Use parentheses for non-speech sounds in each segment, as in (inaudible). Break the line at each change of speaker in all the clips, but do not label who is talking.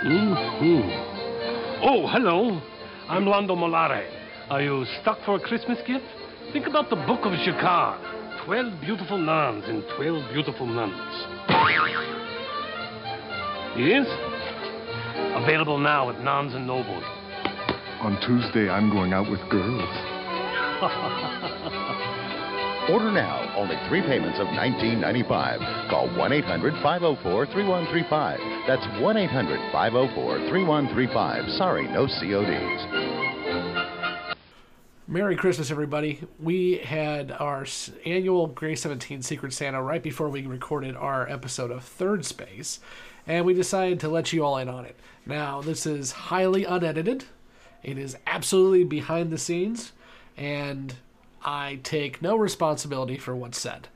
hmm Oh, hello. I'm Lando Molare. Are you stuck for a Christmas gift? Think about the Book of Shikar. Twelve beautiful nuns and twelve beautiful nuns. Yes? Available now at Nuns and Nobles.
On Tuesday, I'm going out with girls.
Order now. Only three payments of $19.95. Call 1 800 504 3135. That's 1 800 504 3135. Sorry, no CODs.
Merry Christmas, everybody. We had our s- annual Gray 17 Secret Santa right before we recorded our episode of Third Space, and we decided to let you all in on it. Now, this is highly unedited, it is absolutely behind the scenes, and I take no responsibility for what's said.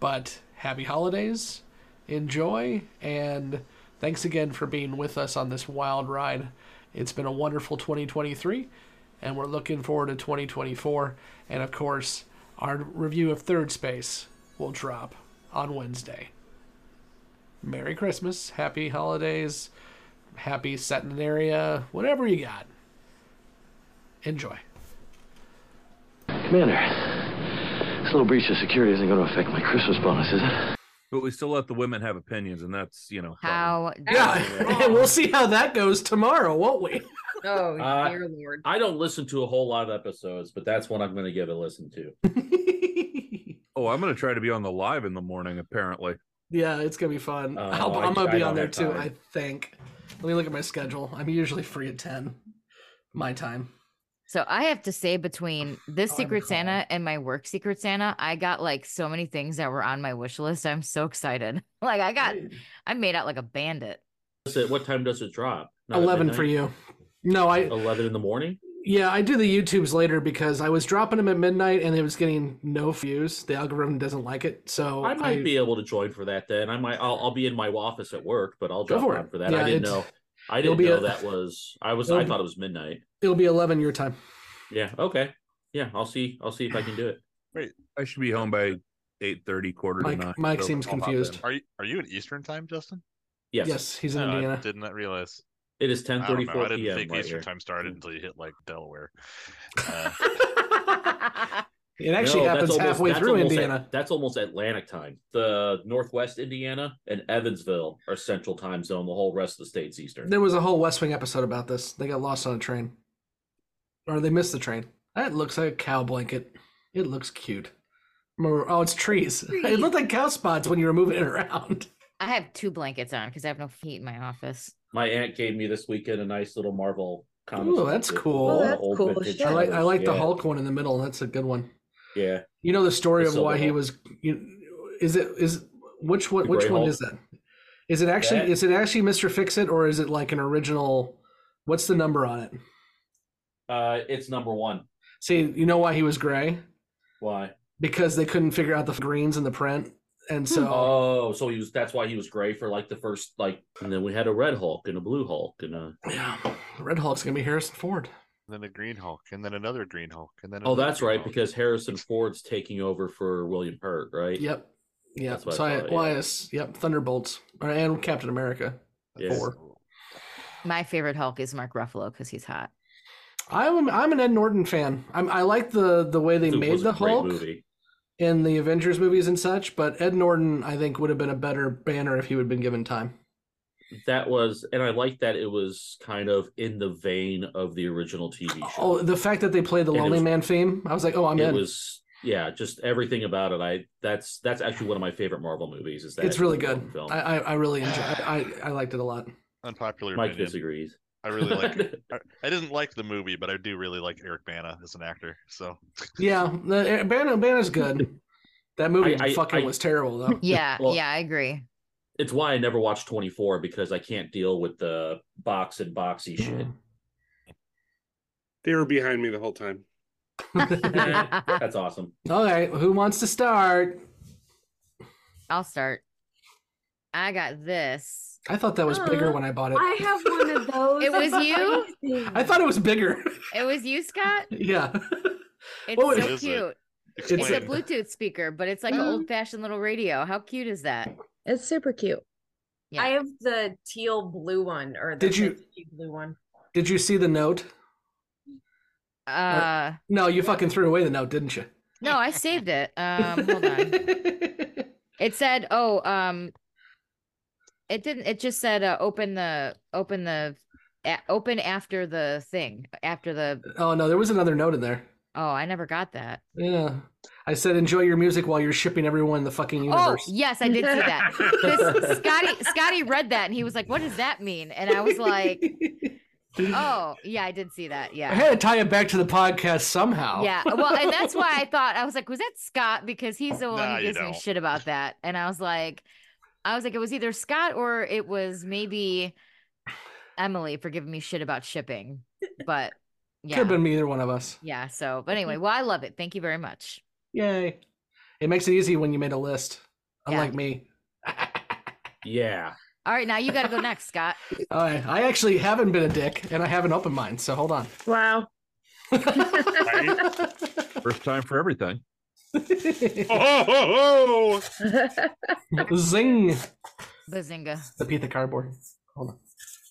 But happy holidays, enjoy, and thanks again for being with us on this wild ride. It's been a wonderful 2023 and we're looking forward to 2024. And of course, our review of Third Space will drop on Wednesday. Merry Christmas, happy holidays, happy centenaria, whatever you got. Enjoy.
Commander, this little breach of security isn't going to affect my Christmas bonus, is it?
But we still let the women have opinions, and that's you know
How
(laughs) Yeah,
and
we'll see how that goes tomorrow, won't we?
Oh,
Uh,
dear lord.
I don't listen to a whole lot of episodes, but that's one I'm going to give a listen to.
(laughs)
Oh, I'm gonna try to be on the live in the morning. Apparently,
yeah, it's gonna be fun.
Oh,
I'll,
I-
I'm gonna
I
be
don't
on there
have
too.
time.
I think. Let me look at my schedule. I'm usually free at 10, my time.
So I have to say, between this
Oh, I'm
Secret
crying.
Santa and my work Secret Santa, I got like so many things that were on my wish list. I'm so excited. (laughs) Like I got, I made out like a bandit. (laughs)
What's it- What time does it drop? Not at
11 for
midnight?
you. No, I
11 in the morning?
Yeah, I do the YouTubes later because I was dropping them at midnight and it was getting no views. The algorithm doesn't like it, so
I might be able to join for that then. I might. I'll, I'll be in my office at work, but I'll
Go
drop
for
on
it.
for that.
Yeah,
I didn't
it's-
know. I
it'll
didn't
be
know
a-
that was. I was.
it'll
I
be-
thought it was midnight.
It'll be eleven your time.
Yeah. Okay. Yeah. I'll see. I'll see if I can do it.
I should be home by eight thirty, quarter
Mike-
to nine.
Mike
so
seems
I'll hop
confused.
in.
Are you are you in Eastern time, Justin?
Yes.
Yes, he's in
Oh, I
Indiana.
did not realize.
It is
I don't know.
10:34
I didn't
p.m.
think
right
Eastern
here.
time started until you hit like Delaware. Uh,
It actually
No, that's
happens
almost-
halfway
that's
through
almost at-
Indiana.
that's almost Atlantic time. The Northwest Indiana and Evansville are Central Time Zone. The whole rest of the state's Eastern.
There was a whole West Wing episode about this. They got lost on a train, or they missed the train. That looks like a cow blanket. It looks cute. Mar- Oh, it's trees. (laughs) It looked like cow spots when you were moving it around.
I have two blankets on because I have no heat in my office.
My aunt gave me this weekend a nice little Marvel.
Ooh,
comic book
that's
with
cool.
all the
Oh, that's
old
cool as
vintage
shit.
I like I
covers.
like the
Yeah,
Hulk one in the middle. That's a good one.
Yeah.
You know the story
The
of why
Silver
he
Hulk.
was. You, is it is which one?
The
Which
Grey
one
Hulk.
is that? Is it actually
That-
is it actually Mister Fix It or is it like an original? What's the number on it?
Uh, it's number one.
See, you know why he was gray
Why?
because they couldn't figure out the greens in the print, and so
Oh, so he was. That's why he was gray for like the first like. And then we had a red Hulk and a blue Hulk and a.
yeah, Red Hulk's gonna be Harrison Ford.
then a Green Hulk, and then another Green Hulk, and then
Oh,
another
that's
Green
right,
Hulk.
because Harrison Ford's taking over for William Hurt, right?
Yep, yep.
That's what I
So I,
thought,
well,
yeah.
I s- yep, Thunderbolts Or- and Captain America.
Yeah.
Four.
My favorite Hulk is Mark Ruffalo because he's hot.
I'm I'm an Ed Norton fan. I'm, I like the the way they
It
made
was
the
a great
Hulk.
movie.
in the Avengers movies and such, but Ed Norton, I think, would have been a better banner if he would have been given time.
That was, and I like that it was kind of in the vein of the original TV show.
Oh, the fact that they played the
And it
Lonely
was-
Man theme, I was like, oh, I'm
it
in.
was, yeah, just everything about it. I that's that's actually one of my favorite Marvel movies. Is that
it's really
Norton
good.
Film.
I, I, I really enjoy. I, I I liked it a lot.
Unpopular
Mike
opinion.
disagrees.
I really like.
(laughs)
I, I didn't like the movie, but I do really like Eric Bana as an actor. So
Yeah, the eh, Banner Banner's
(laughs)
good. That movie
I- I-
fucking
I-
was terrible though.
Yeah,
Well-
yeah, I agree.
(laughs) it's why I never watched 24 because I can't deal with the box and boxy
Mm. (laughs)
shit.
They were behind me the whole time.
(laughs) That's awesome.
All right, who wants to start?
I'll start. I got this.
I thought that was bigger
Uh,
when I bought it.
I have one of those.
It was
(laughs)
you?
things.
I thought it was bigger. (laughs)
It was you, Scott.
yeah.
It's
What
so
is it?
cute.
explain.
It's a Bluetooth speaker, but it's like an
Mhm.
old fashioned little radio. How cute is that?
It's super cute.
Yeah.
I have the teal blue one or the
Did you-
navy blue one.
Did you see the note?
Uh,
No, you fucking threw away the note, didn't you?
no, I saved it. Um, hold on.
(laughs)
It said, "Oh, um, it didn't. It just said, uh, open the, open the, a- open after the thing, after the.
(laughs) oh no, there was another note in there.
Oh, I never got that.
Yeah. I said enjoy your music while you're shipping everyone the fucking universe.
Oh, yes, I did see that. 'Cause Scotty, Scotty read that and he was like, "What does that mean?" And I
(laughs)
was like, "Oh, yeah, I did see that.
I
Yeah,
had to tie it back to the podcast somehow.
Yeah. Well, and that's why I thought I was like, was that Scott? Because he's the one
Nah,
who
you
gives me
don't.
shit about that. And I was like, I was like, it was either Scott or it was maybe Emily for giving me shit about shipping. But
(laughs)
Could
yeah.
have been either one of us.
Yeah. So, but
Mm-hmm.
anyway, well, I love it. Thank you very much.
Yay. It makes it easy when you made a list.
Yeah.
Unlike me.
Yeah.
All right. Now you got to go next, Scott.
All right. I actually haven't been a dick and I have an open mind, so hold on.
Wow.
First time for everything.
Oh, oh, oh.
(laughs) Zing.
Bazinga.
The pizza cardboard. Hold on.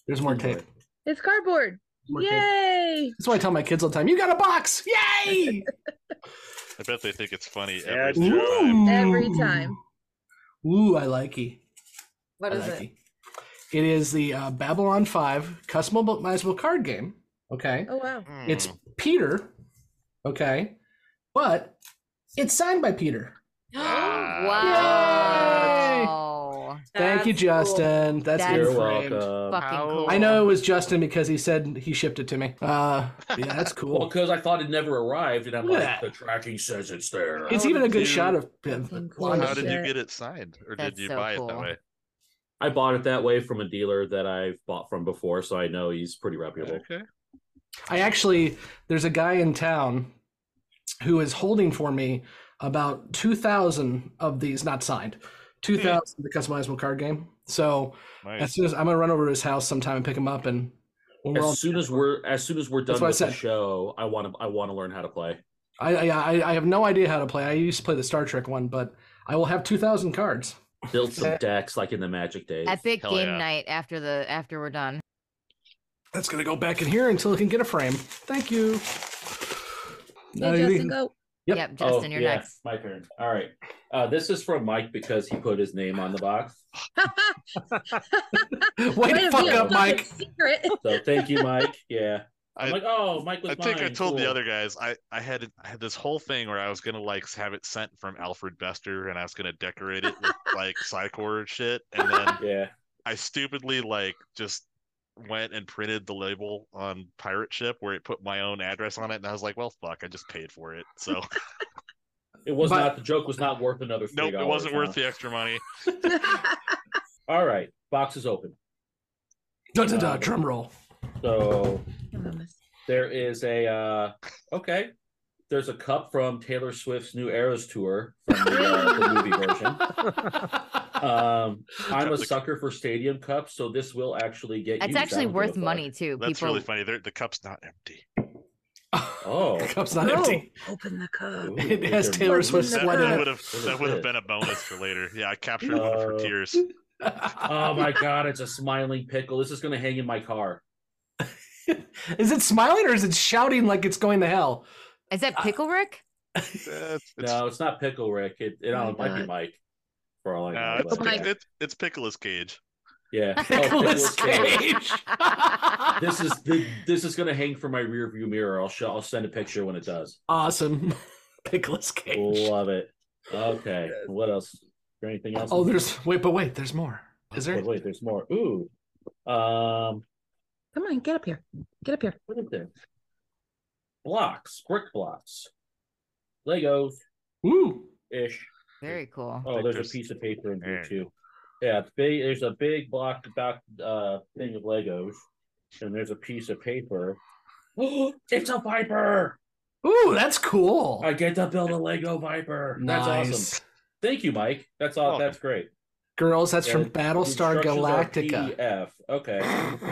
There's more tape.
It's cardboard.
More tape.
Yay!
That's why I tell my kids all the time, you got a box. Yay!
I bet they think it's funny
Yeah,
(laughs) every single time.
Every time.
Ooh, I likey.
What
I
is it?
likey. It is the uh, Babylon 5 customizable card game. Okay.
Oh wow. (gasps)
It's
Hmm.
Peter. Okay. But it's signed by Peter.
wow.
Thank you,
That's cool.
Justin. That's
That's
good
You're
framed.
welcome.
Fucking
How-
cool.
I know it was Justin because he said he shipped it to me. Uh, yeah, that's
Well,
cool.
because I thought it never arrived, and I'm
Look at
like,
that.
the tracking says it's there.
It's even a good
Dude.
shot of
Fucking cool.
blonde.
How did you
Shit.
get it signed, or
That's
did you
so
buy it
cool.
that way?
I bought it that way from a dealer that I've bought from before, so I know he's pretty reputable.
Okay.
I actually, there's a guy in town who is holding for me about 2,000 of these, not signed, 2,000 of the customizable card game. So as
Nice.
soon as I'm going to run over to his house sometime and pick him up. And when we're all,
As soon as we're as soon as we're
That's
done
what I
with the
said.
show, I want to I want to learn how to play.
I, I, I- I have no idea how to play. I used to play the Star Trek one, but I will have 2,000 cards.
Build some decks like in the Magic days.
Epic
Hell
game
yeah.
night after the after we're done.
That's going to go back in here until it can get a frame. Thank you. Now
Hey,
you-
Justin,
(laughs)
go.
Yep.
Yep,
Oh,
Justin, you're
yeah,
next.
My turn. All right. Uh, this is from Mike because he put his name on the box.
Way
Way
to
to
fuck
be a
up,
fucking
Mike.
Secret.
So thank
(laughs)
you, Mike. Yeah. I'm
I-
like, oh, Mike was.
I think I
mine.
told the
Cool.
other guys I I had I had this whole thing where I was gonna like have it sent from Alfred Bester and I was gonna decorate (laughs) it with like psychor shit and then
Yeah.
I stupidly like just went and printed the label on pirate ship where it put my own address on it and I was like well fuck I just paid for it so
It was
But-
not the joke was not worth another. $3,
nope it wasn't
huh?
worth the extra money
All right. Box is open.
Dun, dun, dun, drum roll.
So there is a uh okay. There's a cup from Taylor Swift's New Eras tour from the, uh, the movie version.
(laughs)
Um, I'm a sucker for stadium cups, so this will actually get.
That's
used. I
actually
don't give a
worth
fuck.
money too.
that's
People
really funny They're, the cup's not empty (laughs)
Oh,
The (laughs) cup's not
Oh.
empty.
Open the cup.
Ooh,
It
is
has
there
Taylor
money?
Swift
That
sweat
that
in
would
it.
have
That's
that would have
it.
been a bonus for later yeah I captured one for
Uh,
tears
Oh my god, it's a smiling pickle. This is gonna hang in my car.
(laughs) is it smiling or is it shouting like it's going to hell?
is that pickle Rick?
Uh, it's, it's,
No, it's not pickle Rick. It, it, I
Oh
don't
my
know, it might
God.
be Mike. For all I know,
no, Uh, it's,
but-
my-
pic- it's, it's Pickle's Cage
(laughs)
yeah. Oh,
Nicolas
Pickle's Cage.
Cage.
This is the, this is gonna hang from my rear view mirror. I'll show, I'll send a picture when it does.
awesome. (laughs) Nicolas Cage.
Love it. Okay. What else? Is there anything else?
Oh, there's wait, but wait, there's more. Is there?
Wait, wait, there's more. Ooh. Um,
Come on, get up here. Get up here.
what is there? Blocks, brick blocks, Legos
Ooh.
ish.
Very cool.
Oh,
think
there's,
there's-
a piece of paper in here
Yeah.
too. Yeah, it's big. There's a big block back uh thing of Legos, and there's a piece of paper. (gasps) Oh, it's a viper!
Ooh, that's cool.
I get to build a Lego viper. That's awesome. Thank you, Mike. That's all.
Welcome.
That's great.
Girls, that's from
Yeah,
Battlestar
instructions are
Galactica.
PDF. Okay.
The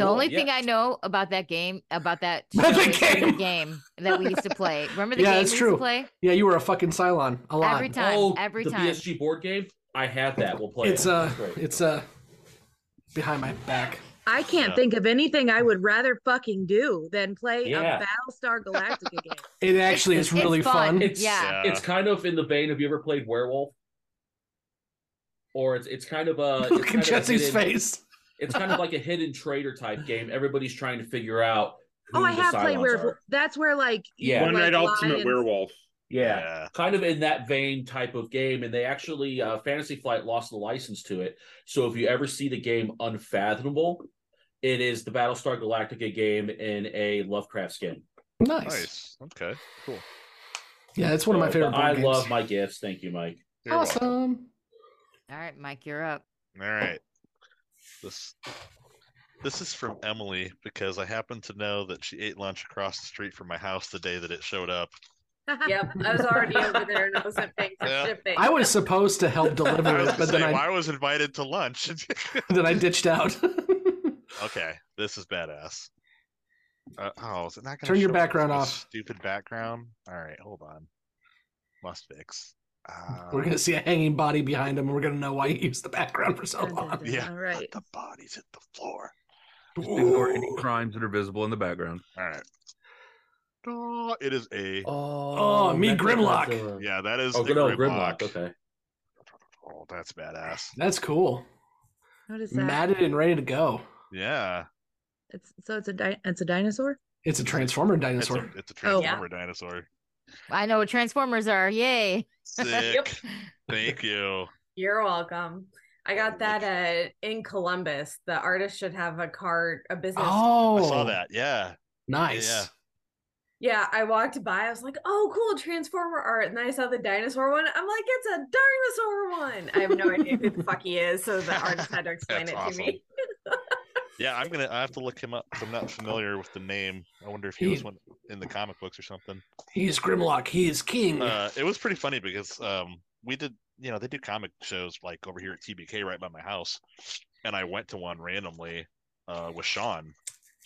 Cool,
only
yeah.
thing I know about that game, about that
About
show
the
is the
game.
game that we used to play. Remember the
Yeah,
game
it's
we
true.
used to play?
Yeah, you were a fucking Cylon. A lot.
Every time. every
Oh, the
time.
BSG board game. I had that. We'll play.
It's
it.
uh,
Great.
it's uh, behind my back.
I can't
Yeah.
think of anything I would rather fucking do than play
Yeah.
a Battlestar Galactica game.
It actually is really fun.
It's, it's kind of in the vein. Have you ever played Werewolf? Or it's it's kind of a
(laughs) Look
it's
at
kind of a
Jesse's
hidden-
face.
It's kind of like a hidden traitor type game. Everybody's trying to figure out. Who
Oh, I
the
have played
Cylons
Werewolf.
are.
That's where like you
Yeah.
like,
One
Night Ultimate
lions-
Werewolf.
Yeah. kind of in that vein type of game. And they actually, uh, Fantasy Flight lost the license to it. So if you ever see the game Unfathomable, it is the Battlestar Galactica game in a Lovecraft skin.
Nice.
Okay. Cool.
Yeah, it's one of my
So,
favorite
I
board
love
games.
my gifts. Thank you, Mike.
Awesome.
All right, Mike, you're up.
All right. This this is from Emily because I happen to know that she ate lunch across the street from my house the day that it showed up.
yep, I was already over there and I wasn't paying for shipping.
I was supposed
(laughs)
to help deliver
I was
it,
gonna
but then
say, well,
I
I was invited to lunch.
(laughs) then I
(laughs)
ditched out.
okay, this is badass. Uh, oh, is it not going to
Turn your background off.
Stupid background. All right, hold on. Must fix. Uh,
We're gonna see a hanging body behind him. and We're gonna know why he used the background for so long.
Yeah.
right.
The bodies hit the floor.
Just ignore any crimes that are visible in the background.
All right. Oh, it is a.
Oh, me Grimlock.
Yeah, that is.
Oh,
a
good old Grimlock.
Grimlock.
Okay.
Oh, that's badass.
That's cool.
What is that?
Matted and ready to go.
Yeah.
It's so it's a di- it's a dinosaur.
It's a transformer
It's
dinosaur.
a, it's a
Oh, (laughs)
transformer dinosaur.
I know what Transformers are. Yay.
Sick. Thank you.
You're welcome. I got that uh, in Columbus. The artist should have a card, a business.
Oh.
I saw that. Yeah.
Nice.
Yeah.
Yeah, I walked by. I was like, "Oh, cool, Transformer art," and then I saw the dinosaur one. I'm like, "It's a dinosaur one." I have no idea who the
(laughs)
fuck he is,
(laughs)
so the artist had to explain
That's
it
awesome.
to me.
Yeah, I'm gonna. I have to look him up. 'cause I'm not familiar with the name. I wonder if he, was
He-
one in the comic books or something.
He is Grimlock. He is king.
Uh, it was pretty funny because um, we did. You know, they do comic shows like over here at TBK right by my house, and I went to one randomly uh, with Sean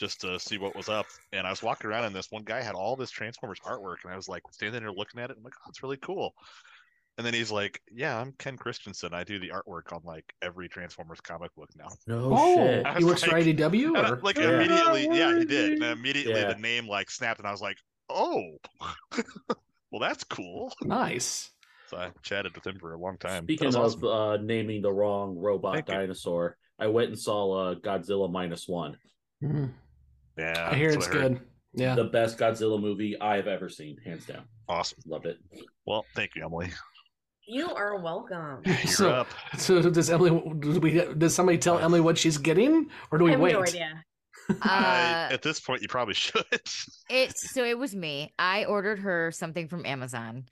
just to see what was up. And I was walking around, and this one guy had all this Transformers artwork, and I was like standing there looking at it. I'm like, oh, it's really cool. And then he's like, "Yeah, I'm Ken Christensen. I do the artwork on like every Transformers comic book now." (laughs)
oh,
I
he
was
works for
like-
IDW.
And I-
Or?
like
Yeah.
immediately, yeah, he did. And immediately
Yeah.
the name like snapped, and I was like, "Oh, (laughs) well, that's cool."
Nice.
So I chatted with him for a long time.
Speaking
that
of
was awesome.
uh, naming the wrong robot
Thank you.
dinosaur, I went and saw uh, Godzilla minus one.
Hmm.
Mhm.
yeah,
I hear
that's
it's
what I heard.
good. Yeah.
The best Godzilla movie I have ever seen, hands down.
Awesome.
Loved it.
Well, thank you, Emily.
You are welcome.
(laughs) so, so does Emily? Do we? Does somebody tell Emily what she's getting, or do we
I have no
wait?
idea.
I-
Uh,
at this point, you probably (laughs) should.
it so it was me. I ordered her something from Amazon.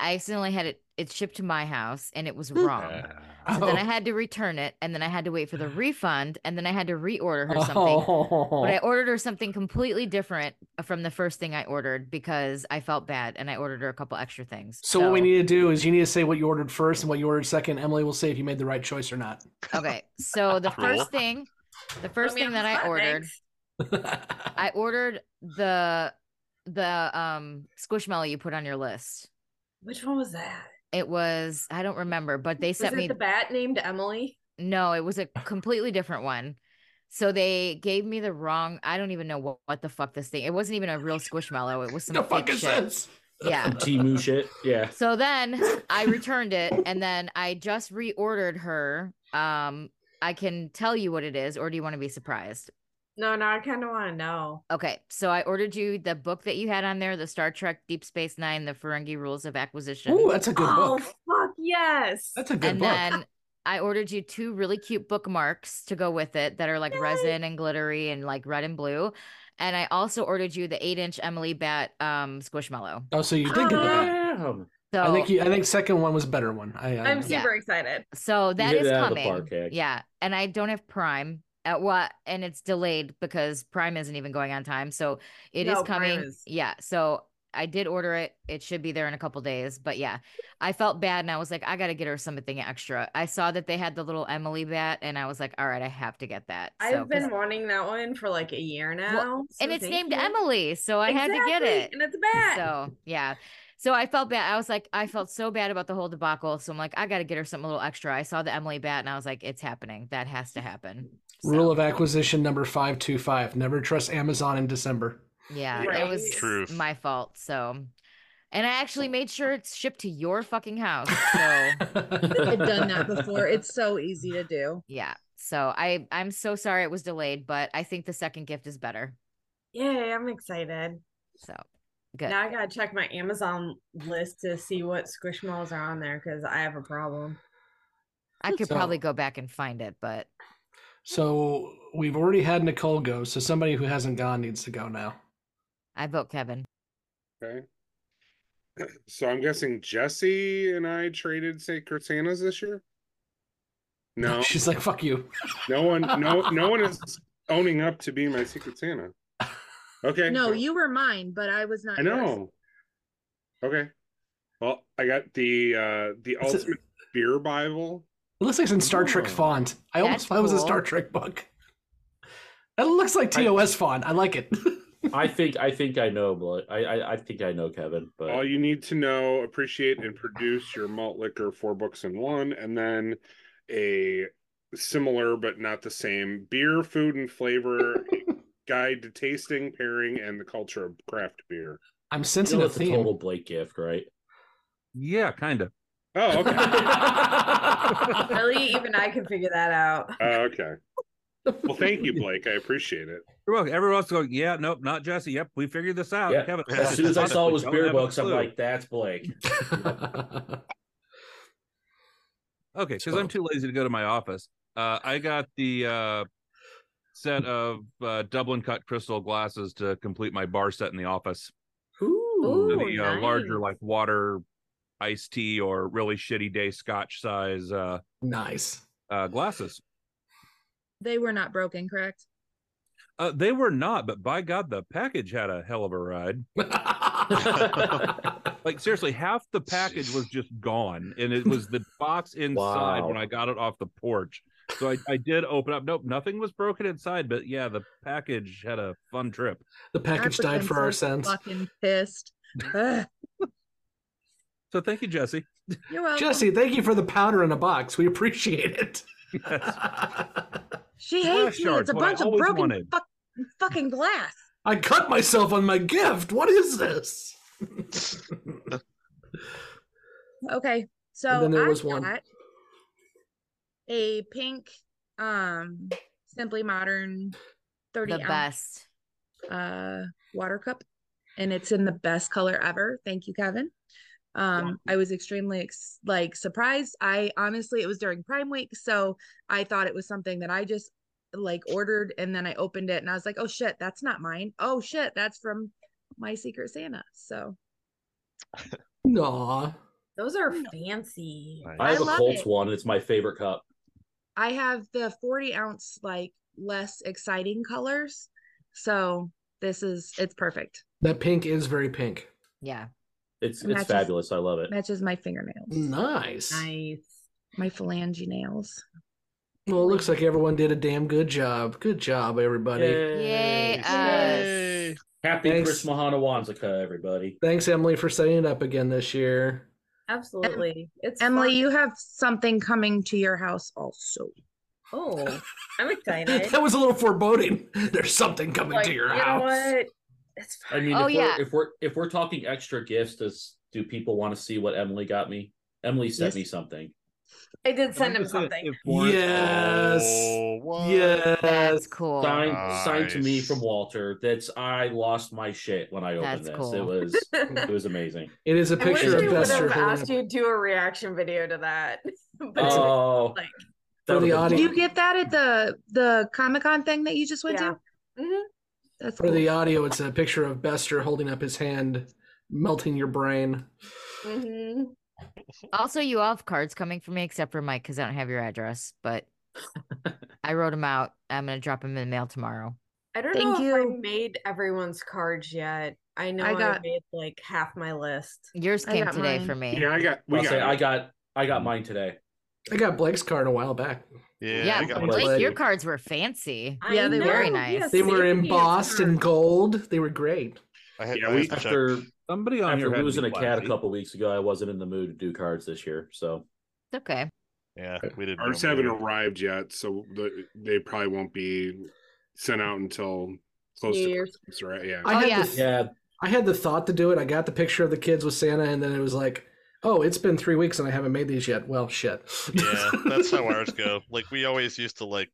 I accidentally had it it shipped to my house and it was wrong. So then I
Oh.
had to return it and then I had to wait for the refund and then I had to reorder her
(laughs)
something.
Oh.
But I ordered her something completely different uh, from the first thing I ordered because I felt bad and I ordered her a couple extra things.
So what we need to do is you need to say what you ordered first and what you ordered second. Emily will say if you made the right choice or not. (laughs)
Okay. So the
Cool.
first thing, the first
me
thing
on
that
the
I
spot,
ordered, I ordered the the um squishmallow you put on your list.
Which one was that?
It was I don't remember, but they
Was
sent
it
me
the bat named Emily?
no, it was a completely different one. So they gave me the wrong. I don't even know what, what the fuck this thing. It wasn't even a real squishmallow. It was some
No
fake
fucking
shit.
sense. (laughs)
Yeah.
Timu shit. (laughs) Yeah.
So then I returned it and then I just reordered her. Um, I can tell you what it is, or do you want to be surprised?
No, no, I kind of want to know.
Okay, so I ordered you the book that you had on there, the Star Trek Deep Space Nine, the Ferengi Rules of Acquisition.
Ooh, that's a good
oh,
book.
fuck yes.
That's a good
and
book.
then I ordered you two really cute bookmarks to go with it that are like resin and glittery and like red and blue. And I also ordered you the eight inch Emily Bat um squishmallow.
oh, so you did get that.
Damn.
So
I think you, I think second one was better one. I, I
I'm super excited.
So that
hit
is
it out of the
coming.
park, Hank.
Yeah. And I don't have Prime uh, at what and it's delayed because Prime isn't even going on time. So it is
No, Prime
coming.
is-
Yeah. So I did order it. It should be there in a couple days. But yeah, I felt bad and I was like, I got to get her something extra. I saw that they had the little Emily bat and I was like, all right, I have to get that. So,
I've
'cause-
been wanting that one for like a year now.
well, and
so
it's
thank
named
you.
Emily. So I had to get
Exactly,
it.
And it's a bat.
So yeah. So I felt bad. I was like, I felt so bad about the whole debacle. So I'm like, I got to get her something a little extra. I saw the Emily bat and I was like, it's happening. That has to happen.
Rule of acquisition number 525 never trust Amazon in December.
Yeah,
Right.
it was
Truth.
my fault. So, and I actually made sure it's shipped to your
(laughs)
fucking house. So
I've done that before. It's so easy to do.
yeah. So I I'm so sorry it was delayed, but I think the second gift is better.
Yay, I'm excited.
So good.
Now I gotta check my Amazon list to see what squishmallows are on there because I have a problem.
I could
So-
probably go back and find it, but
So we've already had Nicole go, so somebody who hasn't gone needs to go now.
I vote Kevin.
Okay. So I'm guessing Jesse and I traded Sacred Santas this year. No,
(laughs) She's like, fuck you.
no one, no, no one
(laughs)
is owning up to being my Secret Santa. Okay.
No, you were mine, but I was not.
I
yours.
know. Okay. Well, I got the uh the
It's a-
ultimate beer Bible.
It looks like it's in Star Trek font. I almost
That's
thought it was a Star
cool.
Trek book. (laughs) That looks like TOS font. I like it. (laughs)
I think I think I know, but I, I I think I know Kevin, but
All you need to know, appreciate, and produce your malt liquor four books in one, and then a similar but not the same beer, food, and flavor guide to tasting, pairing, and the culture of craft beer.
I'm
you
sensing
know
a
it's a
theme. (laughs)
total Blake gift, right?
Yeah, kind of.
Oh,
(laughs)
okay.
Really, even I can figure that
(laughs)
out.
Uh, okay. Well, thank you, Blake. I appreciate it.
You're welcome. Everyone else going, yeah, nope, not Jesse. Yep, we figured this out.
Yeah.
Kevin.
As soon as I saw it was
Don't
beer
have a
books, I'm
clue.
like, that's Blake.
okay, because I'm too lazy to go to my office. Uh, I got the uh, set of uh, Dublin cut crystal glasses to complete my bar set in the office.
Ooh,
the uh, larger,
nice.
like water, iced tea, or really shitty day scotch size. Uh,
(laughs)
(laughs)
nice (laughs)
uh, glasses.
They were not broken, correct?
Uh, they were not, but by God, the package had a hell of a ride. like seriously, half the package was just gone, and it was
(laughs)
the box inside
Wow.
when I got it off the porch. So I, I did open up. Nope, nothing was broken inside, but yeah, the package had a fun trip.
The
I put them so Fucking pissed. Ugh.
So thank you, Jesse. (laughs)
You're welcome.
Jesse, thank you for the powder in a box. We appreciate it. (laughs)
She
Glass
hates me.
shards,
It's a
what I
bunch of
always
broken
wanted.
fuck, fucking glass.
I cut myself on my gift. What is this? (laughs)
Okay, so
then there
I
was
got
one.
a pink, um, simply modern, thirty
The
ounce,
best.
uh water cup, and it's in the best color ever. Thank you, Kevin. Um, I was extremely ex- like surprised. I honestly, it was during Prime Week, so I thought it was something that I just like ordered, and then I opened it, and I was like, "Oh shit, that's not mine. Oh shit, that's from my Secret Santa." So
Nah.
Those are fancy.
I have a
love
Colts
it.
one. It's my favorite cup.
I have the 40 ounce, like less exciting colors. So this is, it's perfect.
That pink is very pink.
Yeah.
It's
Matches-
it's fabulous. I love it.
Matches my fingernails.
Nice.
Nice. My phalange nails.
Well, it looks like everyone did a damn good job. Good job, everybody.
Yay, us.
Happy
Thanks.
Chris Mahana Wanzaka, everybody.
Thanks, Emily, for setting it up again this year.
Absolutely. It's
Emily,
fun.
you have something coming to your house also.
Oh,
(laughs)
I'm excited.
(laughs) that was a little foreboding. (laughs) There's something coming
Like,
to your
you know
house.
what? It's
I mean,
Oh,
if,
yeah.
we're, if we're if we're talking extra gifts, does do people want to see what Emily got me? Emily sent
Yes.
me something.
I did send him something.
Yes.
Oh,
yes.
That's cool.
Signed signed to me from Walter. That's I lost my shit when I opened
That's
this.
cool.
It was it was amazing.
It is a
I wish
picture
we
of
would
Bester
have
holding
asked you to do a reaction video to that. but
Oh,
like,
For the
Did
audio,
you get that at the the Comic Con thing that you just went
Yeah.
to? That's
for the audio, it's a picture of Bester holding up his hand, melting your brain.
hmm
Also, you all have cards coming for me except for Mike because
(laughs)
I don't have your address, but I wrote them out. I'm gonna drop them in the mail tomorrow.
I don't
Thank
know if I made everyone's cards yet. I know
I
I,
got-
made like half my list.
Yours
I
came
got
today
mine.
for me.
Yeah, I got.
I'll say I got I got mine today.
I got Blake's card a while back.
Yeah,
I got one
Blake,
too.
your cards were fancy.
I Yeah, they were.
very
know,
nice.
They were embossed in gold. They were great.
I had,
yeah, we,
to check.
after
somebody on
after
here had
losing
me
a cat a
lousy.
couple weeks ago, I wasn't in the mood to do cards this year. So
It's okay.
Yeah, we didn't.
Ours
do them
haven't
either.
arrived yet, so the, they probably won't be sent out until close
New
to
Year's.
Christmas, right? Yeah.
I
Oh,
had
yeah.
the
yeah,
I had the thought to do it. I got the picture of the kids with Santa, and then it was like, oh, it's been three weeks and I haven't made these yet. Well, shit.
(laughs)
yeah, that's how ours
(laughs)
go. Like we always used to like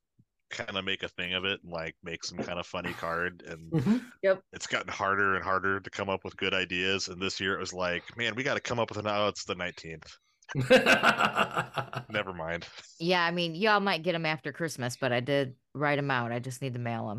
kind of make a thing of it and like make some kind of funny card and
Mm-hmm.
Mhm.
Yep.
it's gotten harder and harder to come up with good ideas and this year it was like man we got to come up with an oh it's the 19th never mind (laughs)
Yeah, I mean, y'all might get them after Christmas, but I did write them out. I just need to mail them.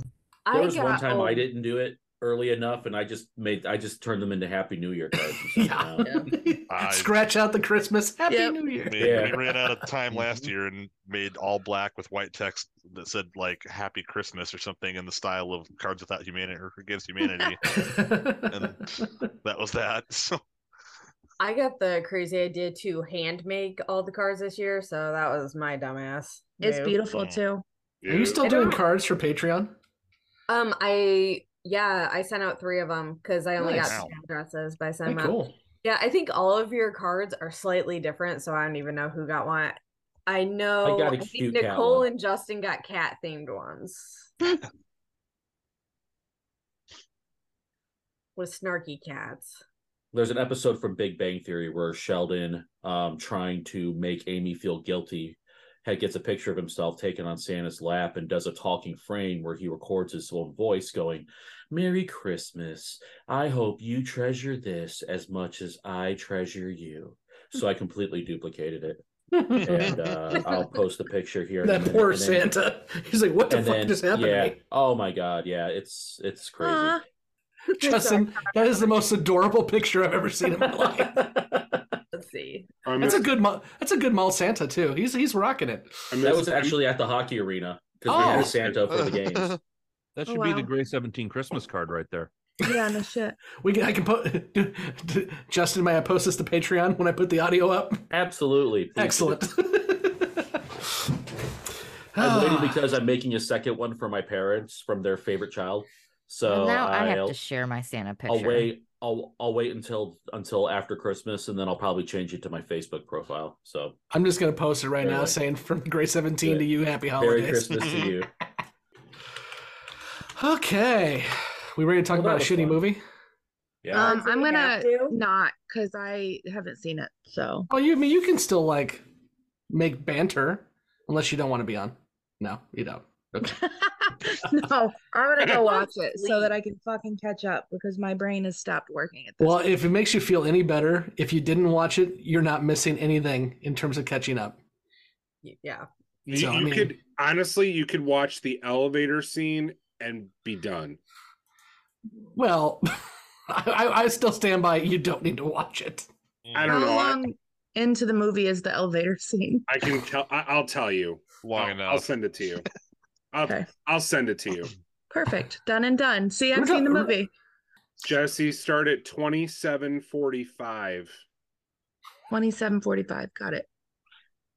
I
there was one
got
time I
a-
didn't do it early enough, and I just made I just turned them into Happy New Year cards. and sent (laughs)
yeah. (laughs)
them out.
I-
Scratch out the Christmas. Happy
Yep.
New Year.
Man,
Yeah.
we ran out of time
Mm-hmm.
last year and made all black with white text that said like happy christmas or something in the style of cards without humanity or against humanity
(laughs)
and that was that (laughs) so
I got the crazy idea to hand make all the cards this year, so Oh, that was my dumbass.
It's
move.
beautiful
Mm.
too.
Are you still
I
doing
don't-
cards for Patreon?
Um, I yeah, I sent out three of them because I only
Nice.
got two addresses, but I sent 'em
Very
out.
cool.
Yeah, I think all of your cards are slightly different, so I don't even know who got what. Oh, I know
got a
think
cute cat
Nicole
one.
and Justin got cat themed ones. With snarky cats.
There's an episode from Big Bang Theory where Sheldon, um, trying to make Amy feel guilty, had gets a picture of himself taken on Santa's lap and does a talking frame where he records his own voice going, "Merry Christmas. I hope you treasure this as much as I treasure you." So I completely duplicated it,
(laughs)
(laughs)
and (laughs) uh, I'll post the picture here. in a
That
minute,
poor
and then-
Santa. He's like, what the
and
fuck
then-
just happened
yeah.
to me? (laughs)
Oh my god, yeah, it's it's crazy.
Aw.
Justin, that is the most adorable picture I've ever seen in my life.
Let's see.
I
That's
missed,
a good. Mo- that's a good mall Santa too. He's he's rocking it.
I missed,
That was actually at the hockey arena because we
Oh.
had Santa for the games.
That
Oh,
should be
wow.
the Gray 17 Christmas card right there.
Yeah, no shit.
We can. I can put. (laughs) Justin, may I post this to Patreon when I put the audio up?
Absolutely. please do.
Excellent.
(laughs)
(laughs)
I'm
Ah.
waiting because I'm making a second one for my parents from their favorite child. So
Well, now I have
I'll-
to share my Santa picture.
I'll wait. I'll I'll wait until until after Christmas, and then I'll probably change it to my Facebook profile. So
I'm just gonna post it right now,
Anyway.
saying from Gray 17 to
Good.
you, happy
Merry
holidays.
Christmas to
(laughs)
you.
(laughs) Okay, we ready to talk
Well, that
about a
was
shitty
fun.
movie?
Yeah.
Um,
Do
I'm
we
gonna
have to?
not because I haven't seen it. So
Oh, you I mean you can still like make banter unless you don't want to be on? No,
(laughs)
you don't. Okay.
no, I'm gonna go watch it so that I can fucking catch up because my brain has stopped working at this.
Well, if it makes you feel any better, if you didn't watch it, you're not missing anything in terms of catching up.
Y- Yeah.
you,
So, I
you
mean-
could honestly, you could watch the elevator scene and be done.
Well, (laughs) I, I- I still stand by. You don't need to watch it.
I don't
How
know. I,
long into the movie is the elevator scene?
I can tell. I, I'll tell you.
long
I'll,
enough
I'll send it to you. I'll,
Okay.
I'll send it to you.
Perfect. Done and done. See,
We're
I've seen the
done-
movie.
Jesse, start at twenty-seven forty-five.
Twenty-seven forty-five. Got it.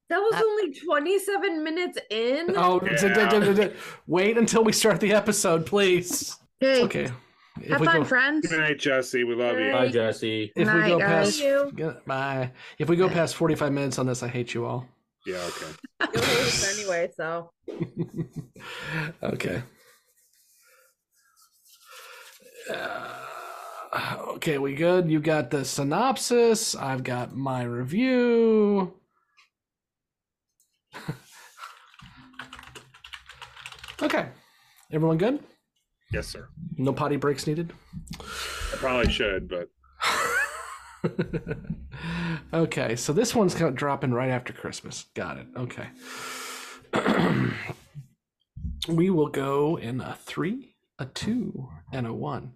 That was
Uh,
only 27 minutes in.
Oh, d- d- d- d- d- wait until we start the episode, please.
Hey,
Okay. If
have
we
fun,
go,
friends.
Good night, Jesse. We love you.
Bye, Jesse.
if we
Night,
go
guys.
past,
Thank you.
Good- bye. If we go past 45 minutes on this, I hate you all.
Yeah. Okay.
You'll hate us anyway, so.
okay. Uh, okay, we good? You got the synopsis. I've got my review. (laughs) okay. Everyone good?
Yes, sir.
No potty breaks needed?
I probably should, but
okay, so this one's kind of dropping right after Christmas. Got it. Okay. (clears throat) we will go in a three, a two, and a one.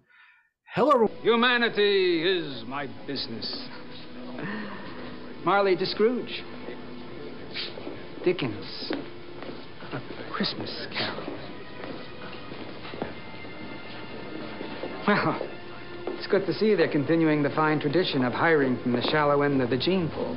Hello, everyone.
Humanity is my business. Marley to Scrooge. Dickens. A Christmas Carol.
(laughs) Well, it's good to see they're continuing the fine tradition of hiring from the shallow end of the gene pool.